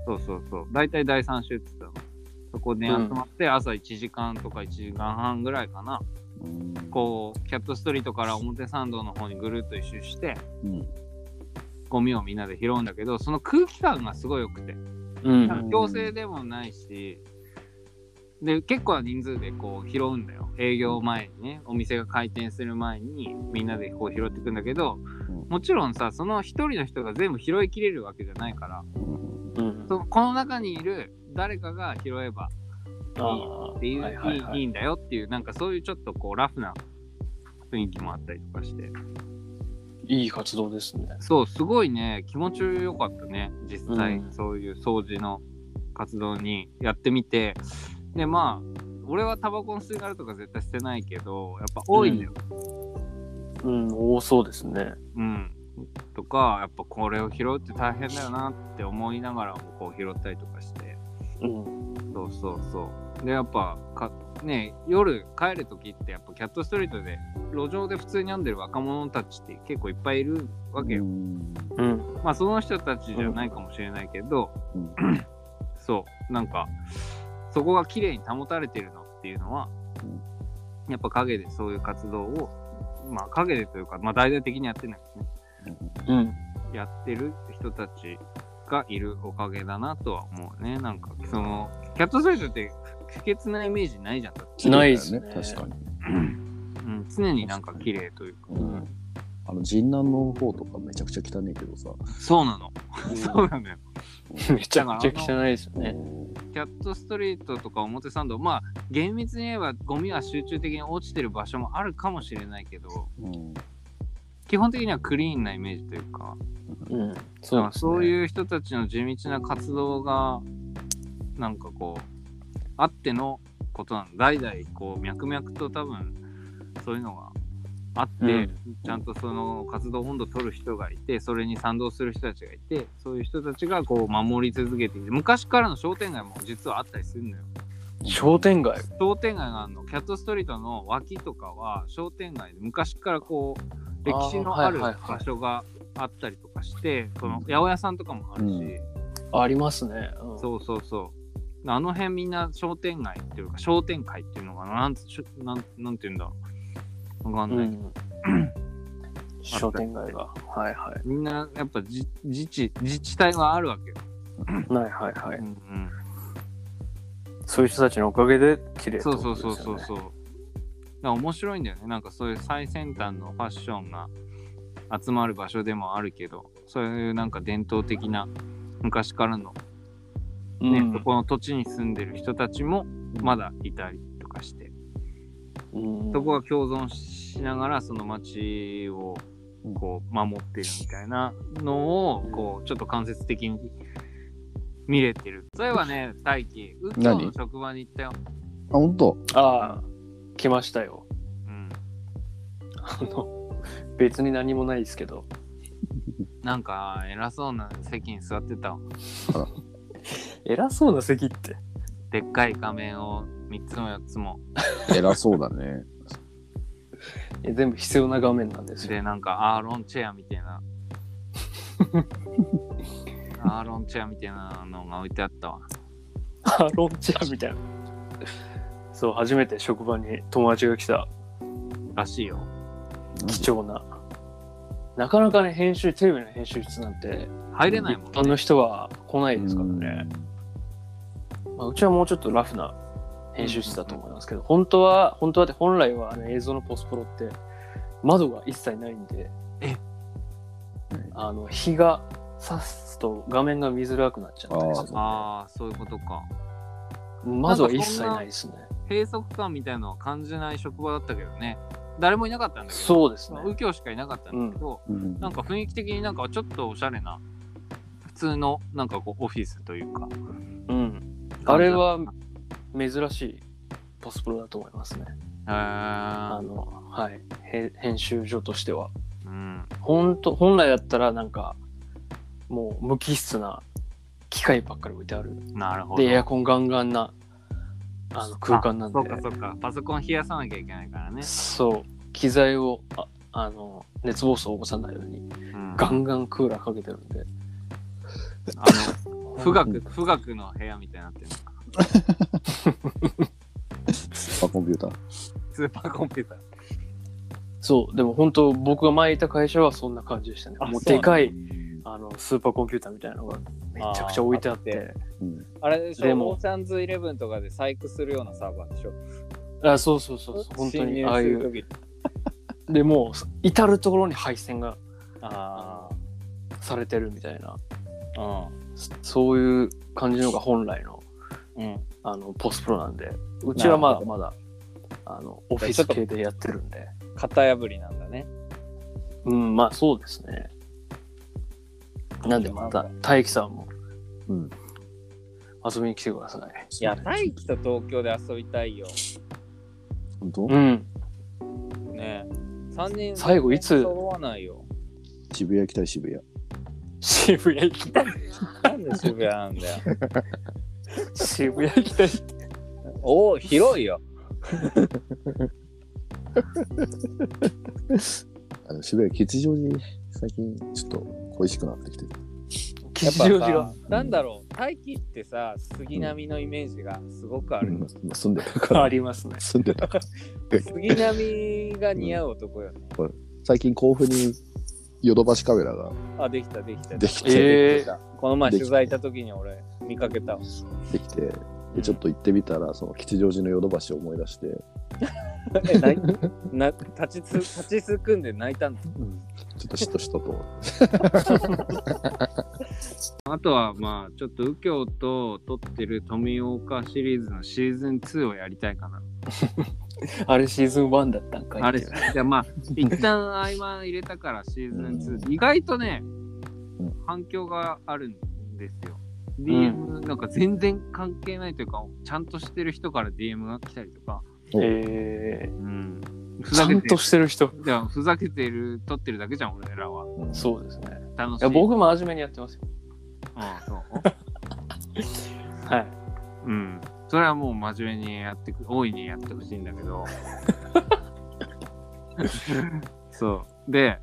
Speaker 3: そうそうそう大体第3週って言ってたのそこで集まって朝1時間とか1時間半ぐらいかな、
Speaker 5: うん
Speaker 3: こうキャットストリートから表参道の方にぐるっと一周して
Speaker 5: うん
Speaker 3: ゴミをみんなで拾うんだけどその空気感がすごい良くて
Speaker 4: うん。
Speaker 3: なんか強制でもないしで結構な人数でこう拾うんだよ営業前にねお店が開店する前にみんなでこう拾っていくんだけど
Speaker 5: うん
Speaker 3: もちろんさその一人の人が全部拾いきれるわけじゃないから
Speaker 5: うん
Speaker 4: うん。
Speaker 3: そこの中にいる誰かが拾えば
Speaker 4: ああ
Speaker 3: っていう、
Speaker 4: はいい
Speaker 3: い
Speaker 4: はいい
Speaker 3: い
Speaker 4: はい
Speaker 3: んだよっていうなんかそういうちょっとこうラフな雰囲気もあったりとかして
Speaker 4: いい活動ですね。
Speaker 3: そうすごいね気持ちよかったね実際、
Speaker 4: うん
Speaker 3: そういう掃除の活動にやってみてでまあ俺はタバコの吸い殻とか絶対捨てないけどやっぱ多いんだよ、
Speaker 4: うん、多そうですね。
Speaker 3: うんとかやっぱこれを拾うって大変だよなって思いながらもこう拾ったりとかして
Speaker 4: うん。
Speaker 3: そうそうそうで、やっぱ、かね、夜帰る時って、やっぱキャットストリートで、路上で普通に飲んでる若者たちって結構いっぱいいるわけよ。
Speaker 5: うん
Speaker 4: うん。
Speaker 3: まあ、その人たちじゃないかもしれないけど、
Speaker 5: うん
Speaker 3: そう、なんか、そこが綺麗に保たれてるのっていうのは、やっぱ陰でそういう活動を、まあ、陰でというか、まあ、大々的にやってないですね。
Speaker 4: うん。
Speaker 3: やってる人たちがいるおかげだなとは思うね。なんか、その、キャットストリートって不潔なイメージないじゃん。
Speaker 4: ないっすね
Speaker 5: 綺麗だよ確かに。
Speaker 3: うん、常になんか綺麗というか。
Speaker 5: うんあの、神南の方とかめちゃくちゃ汚いけどさ。
Speaker 3: そうなの。そうなのよ。
Speaker 4: めちゃくちゃ汚いですよね。
Speaker 3: キャットストリートとか表参道、まあ、厳密に言えばゴミは集中的に落ちてる場所もあるかもしれないけど、
Speaker 5: うん
Speaker 3: 基本的にはクリーンなイメージというか、
Speaker 4: うん。そ
Speaker 3: そう
Speaker 4: う
Speaker 3: そう
Speaker 4: う。
Speaker 3: いう人たちの地道な活動がなんかこうあってのことなの代々こう脈々と多分そういうのがあって、
Speaker 4: うん
Speaker 3: ちゃんとその活動本土を取る人がいてそれに賛同する人たちがいてそういう人たちがこう守り続けていて昔からの商店街も実はあったりするのよ。
Speaker 4: 商店街。
Speaker 3: 商店街があるのキャットストリートの脇とかは商店街で昔からこう歴史のある
Speaker 4: あーはい
Speaker 3: 場
Speaker 4: はいはい
Speaker 3: 所があったりとかしてその八百屋さんとかもあるし、
Speaker 5: うん
Speaker 4: ありますね。うん
Speaker 3: そうそうそうあの辺みんな商店街っていうか商店街っていうのかななんつしゅなんなんて言うんだろうわかん
Speaker 4: う
Speaker 3: ない、
Speaker 4: ん。商店街が。はいは
Speaker 3: みんなやっぱ自自治自治体があるわけよ、
Speaker 4: い。ないはいは
Speaker 3: う
Speaker 4: い。
Speaker 3: んうん
Speaker 4: そういう人たちのおかげで綺麗って
Speaker 3: そ
Speaker 4: こ
Speaker 3: うそ
Speaker 4: と
Speaker 3: う
Speaker 4: ですよ
Speaker 3: そう
Speaker 4: ね
Speaker 3: そうそうだから面白いんだよねなんかそういう最先端のファッションが集まる場所でもあるけどそういうなんか伝統的な昔からのね、
Speaker 4: うん
Speaker 3: そこの土地に住んでる人たちもまだいたりとかして
Speaker 4: うん
Speaker 3: そこが共存しながらその町をこう守ってるみたいなのをこうちょっと間接的に見れてる。そういえばね、大輝、ウッドの
Speaker 5: 何
Speaker 3: 職場に行ったよ。
Speaker 5: あ、本当。
Speaker 4: ああ、来ましたよ。
Speaker 3: うん、
Speaker 4: あの、別に何もないですけど。
Speaker 3: なんか偉そうな席に座ってたわ
Speaker 4: 偉そうな席って。
Speaker 3: でっかい画面を3つも4つも。
Speaker 5: 偉そうだ ね。
Speaker 4: いや全部必要な画面なんですよ。
Speaker 3: で、なんかアーロンチェアみたいな。アーロンチェアみたいなのが置いてあったわ。
Speaker 4: ハロンチェアみたいな。そう、初めて職場に友達が来た
Speaker 3: らしいよ。
Speaker 4: 貴重な。なかなかね、編集、テレビの編集室なんて、
Speaker 3: 入れないもん
Speaker 4: 一般の人は来ないですからね。まあ、うちはもうちょっとラフな編集室だと思いますけど、本当は、本当はって本来はあの映像のポスプロって窓が一切ないんで
Speaker 3: え、
Speaker 4: あの日が差すと画面が見づらくなっちゃったりする
Speaker 3: ああ、そういうことか。
Speaker 4: 窓は一切ないですね。
Speaker 3: 閉塞感みたいのは感じない職場だったけどね誰もいなかったんだけど
Speaker 4: そうですね。
Speaker 3: 右京しかいなかったんだけど、
Speaker 5: うん
Speaker 3: なんか雰囲気的になんかちょっとおしゃれな普通のなんかこうオフィスというか
Speaker 4: うん。あれは珍しいポスプロだと思いますね。あ
Speaker 3: へ
Speaker 4: の、はい。へ編集所としては。
Speaker 3: えうん
Speaker 4: 本当本来だったらなんか、もう無機質な機械ばっかり置いてある。
Speaker 3: なるほど
Speaker 4: で、エアコンガンガンなあの空間なんで
Speaker 3: あ。そっかそっかパソコン冷やさなきゃいけないからね、
Speaker 4: そう。機材を、ああの、熱暴走を起こさないように、
Speaker 3: うん、
Speaker 4: ガンガンクーラーかけてるんで。
Speaker 3: あの富岳富岳の部屋みたいになってる
Speaker 5: スーパーコンピューター。
Speaker 3: スーパーコンピューター
Speaker 4: そう、でも本当僕が前いた会社はそんな感じでしたね。
Speaker 6: あ
Speaker 4: もう
Speaker 6: そう
Speaker 4: で
Speaker 6: なんだ
Speaker 4: かいあのスーパーコンピューターみたいなのがめちゃくちゃ置いてあって。
Speaker 5: うん
Speaker 6: あれでし
Speaker 4: で
Speaker 6: ょ
Speaker 4: も
Speaker 6: オーシャンズイレブンとかで細工するようなサーバーでしょ
Speaker 4: あそうそうそうそう、本当
Speaker 6: 侵
Speaker 4: に
Speaker 6: 入
Speaker 4: ああ
Speaker 6: す
Speaker 4: い
Speaker 6: る
Speaker 4: う。
Speaker 6: 時
Speaker 4: でもう至る所に配線が
Speaker 6: あ
Speaker 4: されてるみたいな、
Speaker 6: あ
Speaker 4: そそういう感じのが本来の
Speaker 6: うん
Speaker 4: あのポスプロなんで、うちはまだまだあのオフィ
Speaker 6: ちょ
Speaker 4: ス
Speaker 6: っと
Speaker 4: 系でやってるんで。
Speaker 6: 型破りなんだね
Speaker 4: うん、まあそうですね。なんでまた大樹さんも、
Speaker 5: うん
Speaker 4: 遊びに来てください。
Speaker 6: いや大輝と東京で遊びたいよ
Speaker 5: 本当
Speaker 4: うん、
Speaker 6: ね三人
Speaker 4: 最後いつ
Speaker 6: 揃わないよ
Speaker 5: 渋谷行きたい渋谷。
Speaker 4: 渋谷行きたい。
Speaker 6: なんで渋谷なんだよ
Speaker 4: 渋谷行きたい。
Speaker 6: おお、広いよ。
Speaker 5: あの渋谷吉祥寺最近ちょっと恋しくなってきてる
Speaker 4: 吉祥寺が。
Speaker 6: なんだろう、大気ってさ、杉並のイメージがすごくあ
Speaker 5: う
Speaker 6: る。
Speaker 5: ん住んでたか
Speaker 4: あ
Speaker 5: ら
Speaker 4: りますね。
Speaker 5: 住んでたから
Speaker 6: 杉並が似合う男よね。
Speaker 5: 最近甲府にヨドバシカメラが
Speaker 6: あ、できた、できた。
Speaker 5: できて、
Speaker 4: ええ
Speaker 6: この前
Speaker 5: でき
Speaker 6: 取材行った時に俺、見かけたわ。
Speaker 5: できてでちょっと行ってみたらその吉祥寺のヨドバシを思い出して
Speaker 6: え、泣いな立ちつ立ちすくんで泣いたんだ。
Speaker 5: ちょっとしとしとと
Speaker 3: あとはまあちょっと右京と撮ってる富岡シリーズのシーズン2をやりたいかな。
Speaker 4: あれシーズン1だったんかい。
Speaker 3: あれじゃあまあ一旦合間入れたからシーズン2、意外とね
Speaker 5: うん
Speaker 3: 反響があるんですよ。DM、なんか全然関係ないというかちゃんとしてる人から DM が来たりとか、
Speaker 4: え
Speaker 3: うん、ふ
Speaker 4: ー、ちゃ
Speaker 3: ざけ
Speaker 4: ん
Speaker 3: て
Speaker 4: としてる人。
Speaker 3: じゃあふざけてる撮ってるだけじゃん俺らは
Speaker 4: そうですね。
Speaker 3: 楽し
Speaker 4: い
Speaker 3: い
Speaker 4: や僕も真面目にやってますよ。
Speaker 3: ああそう
Speaker 4: はい。
Speaker 3: うん。それはもう真面目にやってく、大いにやってほしいんだけ ど。そう。で、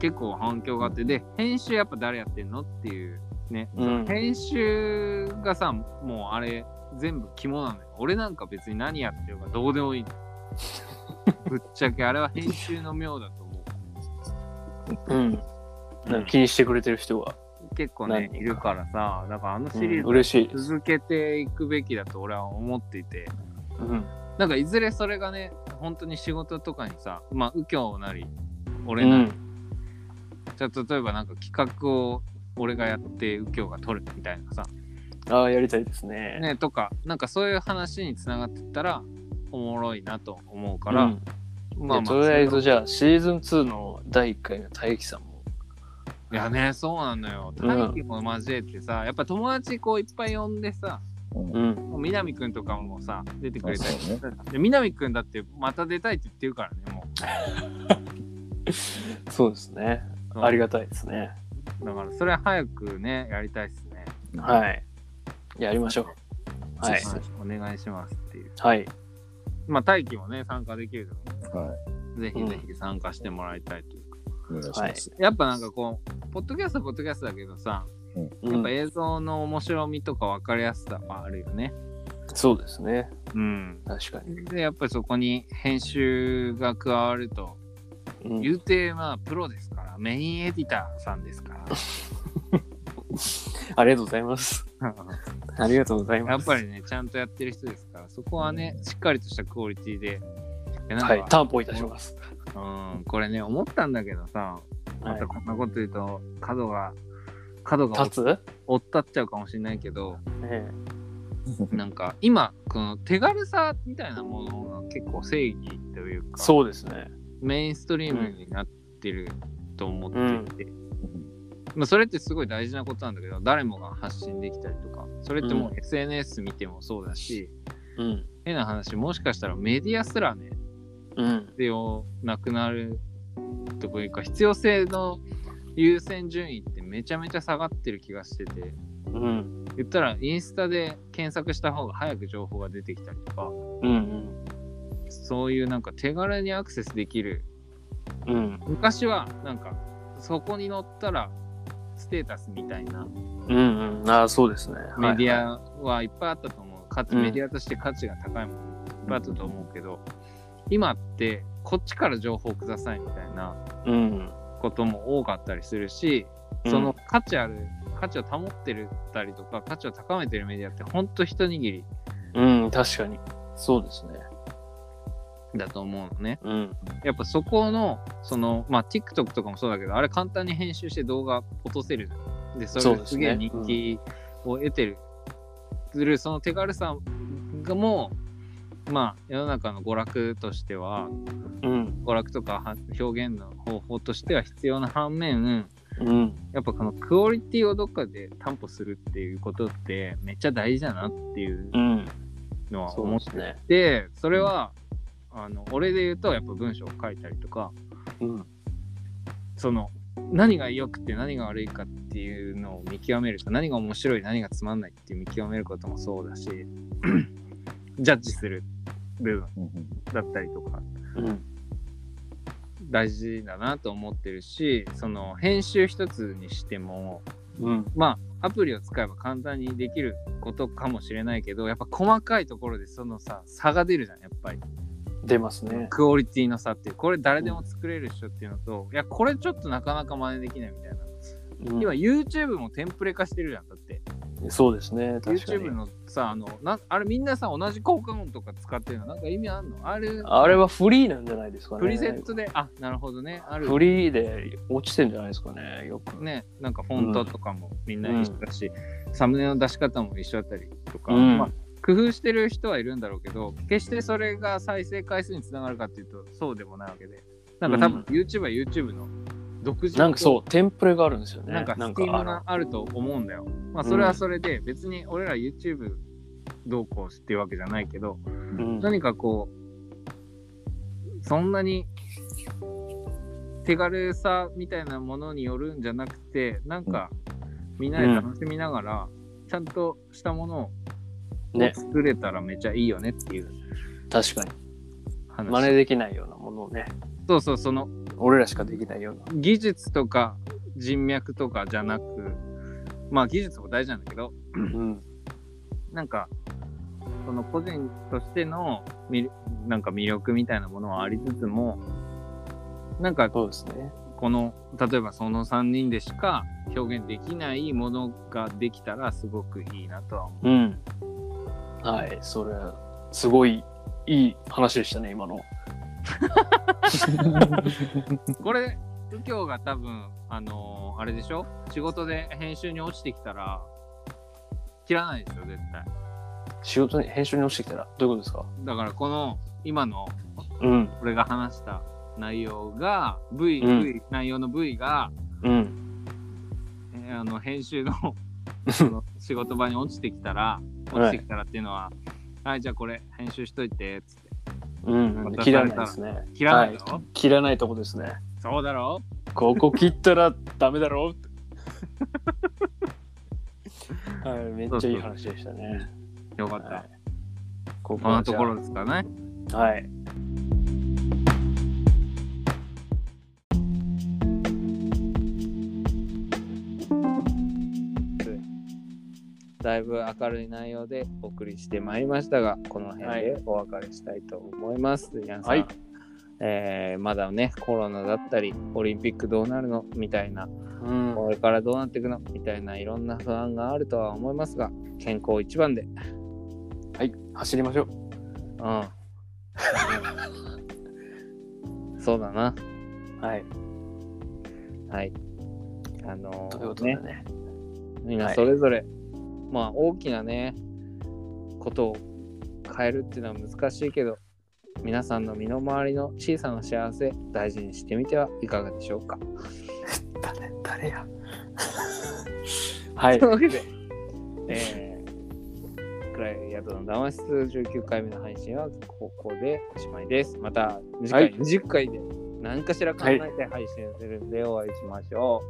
Speaker 3: 結構反響があって、で、編集やっぱ誰やってんのっていうね。
Speaker 4: うん
Speaker 3: 編集がさ、もうあれ、全部肝なのよ。俺なんか別に何やってるかどうでもいい。 ぶっちゃけあれは編集の妙だと思う。
Speaker 4: うん。なんか気にしてくれてる人が。
Speaker 3: 結構ね
Speaker 4: 何人、か
Speaker 3: いるからさ、だからあのシ
Speaker 4: う
Speaker 3: リ
Speaker 4: ん、
Speaker 3: ーズ
Speaker 4: 嬉しいです。
Speaker 3: 続けていくべきだと俺は思っていて。
Speaker 4: うん。
Speaker 3: なんかいずれそれがね、本当に仕事とかにさ、まあ、右京なり、
Speaker 4: う
Speaker 3: 俺なり、
Speaker 4: ん。
Speaker 3: じゃあ例えばなんか企画を俺がやって右京が取るみたいなさ、
Speaker 4: ああ、やりたいですね。
Speaker 3: ね、とか、なんかそういう話につながってったら、おもろいなと思う
Speaker 4: か
Speaker 3: から、まあまあ、
Speaker 4: とりあえずじゃあシーズン2の第1回の大輝さんも。
Speaker 3: いやね、そうなのよ。
Speaker 4: うん
Speaker 3: 大輝も交えてさ、やっぱ友達こういっぱい呼んでさ、
Speaker 4: うん。
Speaker 3: もう南くんとかもさ、出てくれたり
Speaker 5: あそうね
Speaker 3: で南くんだってまた出たいって言ってるからね、も
Speaker 4: そうですね。
Speaker 3: う。
Speaker 4: ありがたいですね。
Speaker 3: だからそれ早くね、やりたいっすね。
Speaker 4: はい。やりましょう。はい。
Speaker 3: はいお願いしますっていう。
Speaker 4: はい。
Speaker 3: まあ、大輝もね、参加できるの
Speaker 5: はい
Speaker 3: で、ぜひぜひ参加してもらいたいというか。
Speaker 5: お願いします、
Speaker 3: やっぱなんかこう、ポッドキャストはポッドキャストだけどさ、
Speaker 4: う
Speaker 3: やっ
Speaker 4: ん
Speaker 3: ぱ映像の面白みとか分かりやすさはあるよね。
Speaker 4: そうですね。
Speaker 3: うん。
Speaker 4: 確かに。
Speaker 3: で、やっぱりそこに編集が加わると、
Speaker 4: うん
Speaker 3: 言うて、まあ、プロですから、メインエディターさんですから、
Speaker 4: ありがとうございます。ありがとうございます。
Speaker 3: やっぱりね、ちゃんとやってる人ですから、そこはね、しっかりとしたクオリティで、いやなんか
Speaker 4: はい。担保いたします。
Speaker 3: うん、これね、思ったんだけどさ、ま
Speaker 4: はい
Speaker 3: たこんなこと言うと、角が、角が
Speaker 4: 立つ
Speaker 3: 追ったっちゃうかもしれないけど、
Speaker 4: え
Speaker 3: なんか今、この手軽さみたいなものが結構正義というか、
Speaker 4: そうですね。
Speaker 3: メインストリームになってると思っていて、
Speaker 5: うん
Speaker 3: まあ、それってすごい大事なことなんだけど、誰もが発信できたりとか、それっても
Speaker 4: う
Speaker 3: う SNS 見てもそうだし、
Speaker 4: うん。
Speaker 3: 変な話、もしかしたらメディアすらね、
Speaker 4: うん。
Speaker 3: 必要なくなるというか必要性の優先順位ってめちゃめちゃ下がってる気がしてて
Speaker 4: うん。
Speaker 3: 言ったらインスタで検索した方が早く情報が出てきたりとか
Speaker 4: うん。
Speaker 3: そういうなんか手軽にアクセスできる
Speaker 4: うん。
Speaker 3: 昔はなんかそこに載ったらステータスみたいな
Speaker 4: うん。うん。ああ、そうですね。
Speaker 3: メディ
Speaker 4: ア。
Speaker 3: アはいっぱいあったと思うかつ
Speaker 4: うん
Speaker 3: メディアとして価値が高いものいっぱいあったと思うけど今ってこっちから情報くださいみたいな
Speaker 4: うん。
Speaker 3: ことも多かったりするし、その価値ある価値を保ってるたりとか価値を高めてるメディアってほんと一握り
Speaker 4: うん。うん。確かに。そうですね。
Speaker 3: だと思うのね
Speaker 4: うん。
Speaker 3: やっぱそこのそのまあ TikTok とかもそうだけどあれ簡単に編集して動画落とせるじゃんでそ
Speaker 4: そう
Speaker 3: れ
Speaker 4: で
Speaker 3: が
Speaker 4: す
Speaker 3: す
Speaker 4: ね
Speaker 3: げえ人気を得てるするその手軽さがもうまあ世の中の娯楽としては
Speaker 4: うん。
Speaker 3: 娯楽とかは表現の方法としては必要な反面
Speaker 4: うん。
Speaker 3: やっぱこのクオリティをどっかで担保するっていうことってめっちゃ大事だなっていう
Speaker 4: うん。
Speaker 3: のは
Speaker 4: そう
Speaker 3: 思っ
Speaker 4: ですね。
Speaker 3: て、それは、あの俺で言うとやっぱ文章を書いたりとか
Speaker 4: うん。
Speaker 3: その何が良くて何が悪いかっていうのを見極める何が面白い何がつまんないっていう見極めることもそうだし ジャッジする部分
Speaker 5: うんうん
Speaker 3: だったりとか
Speaker 4: うん。
Speaker 3: 大事だなと思ってるしその編集一つにしても
Speaker 4: うん。
Speaker 3: まあアプリを使えば簡単にできることかもしれないけどやっぱ細かいところでそのさ差が出るじゃんやっぱり
Speaker 4: 出ますね。
Speaker 3: クオリティの差っていうこれ誰でも作れるっしょっていうのといやこれちょっとなかなか真似できないみたいな
Speaker 4: うん
Speaker 3: 今 YouTube もテンプレ化してるじゃんだって
Speaker 4: そうですね。確か
Speaker 3: YouTube
Speaker 4: に。
Speaker 3: のさあのなあれみんなさ同じ効果音とか使ってるのなんか意味あんのあれ
Speaker 4: あれはフリーなんじゃないですかね。
Speaker 3: プリセットであなるほどねある
Speaker 4: フリーで落ちてんじゃないですかね。よく。
Speaker 3: ね、なんかフォントとかもみんな一緒だし、サムネの出し方も一緒だったりとか、
Speaker 4: うん
Speaker 3: まあ、工夫してる人はいるんだろうけど決してそれが再生回数につながるかっていうとそうでもないわけでなんか多分 YouTube は YouTube の独自
Speaker 4: なんかそうう、テンプレがあるんですよね。
Speaker 3: なんかスキー
Speaker 4: あ
Speaker 3: マ
Speaker 4: の
Speaker 3: があると思うんだよ、まあ、それはそれで別に俺ら YouTube どうこうっていうわけじゃないけど
Speaker 4: うん
Speaker 3: 何かこうそんなに手軽さみたいなものによるんじゃなくてなんかみんなで楽しみながら、ちゃんとしたものを
Speaker 4: ね、
Speaker 3: 作れたらめちゃいいよねっていう
Speaker 4: 確かに。
Speaker 3: 話、
Speaker 4: 真似できないようなものをね、
Speaker 3: そうそうその
Speaker 4: 俺らしかできないような。
Speaker 3: 技術とか人脈とかじゃなくまあ技術も大事なんだけど
Speaker 4: うん。
Speaker 3: なんかその個人としてのみなんか魅力みたいなものはありつつもなんか
Speaker 4: そうですね。
Speaker 3: この例えばその3人でしか表現できないものができたらすごくいいなとは思
Speaker 4: うん。はい、それ、すごいいい話でしたね、今の。
Speaker 3: う。これ右京が多分あのーあれでしょ仕事で編集に落ちてきたら切らないでしょ絶対。
Speaker 4: 仕事に、編集に落ちてきたら、どういうことですか
Speaker 3: だからこの今の
Speaker 4: うん。
Speaker 3: 俺が話した内容が V、
Speaker 4: うん
Speaker 3: V 内容の V が、
Speaker 4: うん。
Speaker 3: えーあの編集 のその仕事場に落ちてきたら落ちてきたらっていうのは、はいじゃあこれ編集しといてっつって
Speaker 4: うん、うん。切らないですね。
Speaker 3: 切らないだろ、
Speaker 4: は切らないとこですね。
Speaker 3: そうだろ
Speaker 4: ここ切ったらダメだろうって。はい、めっちゃいい話でしたね。
Speaker 3: よかっ
Speaker 4: は
Speaker 3: た
Speaker 4: い。こ
Speaker 3: こんなところですかね。
Speaker 4: はい。
Speaker 6: だいぶ明るい内容でお送りしてまいりましたが、この辺でお別れしたいと思います。皆さん、
Speaker 4: はい
Speaker 6: えーまだね、コロナだったり、オリンピックどうなるのみたいな、
Speaker 4: うん
Speaker 6: これからどうなっていくのみたいないろんな不安があるとは思いますが、健康一番で、うん、
Speaker 4: はい、走りましょう。
Speaker 6: そうだな、
Speaker 4: はい、
Speaker 6: はい。あの
Speaker 4: と
Speaker 6: ー
Speaker 4: いうことで
Speaker 6: ね
Speaker 4: ね。、
Speaker 6: みんなそれぞれ、まあ大きなね、ことを変えるっていうのは難しいけど、皆さんの身の回りの小さな幸せ、大事にしてみてはいかがでしょうか。
Speaker 4: 誰誰 やはい
Speaker 6: という、わけで、えー、暗い宿の談話室19回目の配信はここでおしまいです。また次回、
Speaker 4: はい
Speaker 6: 20回で何かしら考えて配信するんでお会いしましょ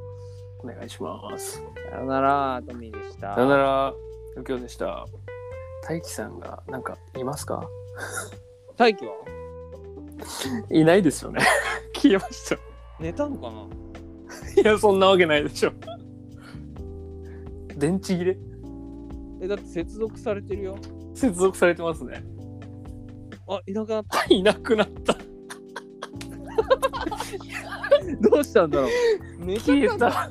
Speaker 4: お願いします。
Speaker 6: う。さよなら、トミーでした。
Speaker 4: さよなら、右京でした。大輝さんが、なんか、いますか
Speaker 6: 大輝は い
Speaker 4: ないですよね。 消えました。
Speaker 6: 寝たのかない
Speaker 4: や、そんなわけないでしょ。電池切れ
Speaker 6: え、だって接続されてるよ。
Speaker 4: 接続されてますね。
Speaker 6: あ、いなくなった。
Speaker 4: いなくなった。
Speaker 6: どうしたんだろう。寝
Speaker 4: 消え
Speaker 6: たか
Speaker 4: た。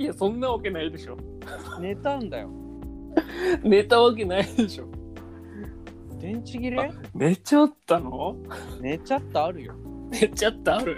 Speaker 4: いや、そんなわけないでしょ。
Speaker 6: な寝たんだよ。
Speaker 4: 寝たわけないでしょ。
Speaker 6: 電池切れ
Speaker 4: 寝ちゃったの
Speaker 6: 寝ちゃったあるよ。
Speaker 4: 寝ちゃったある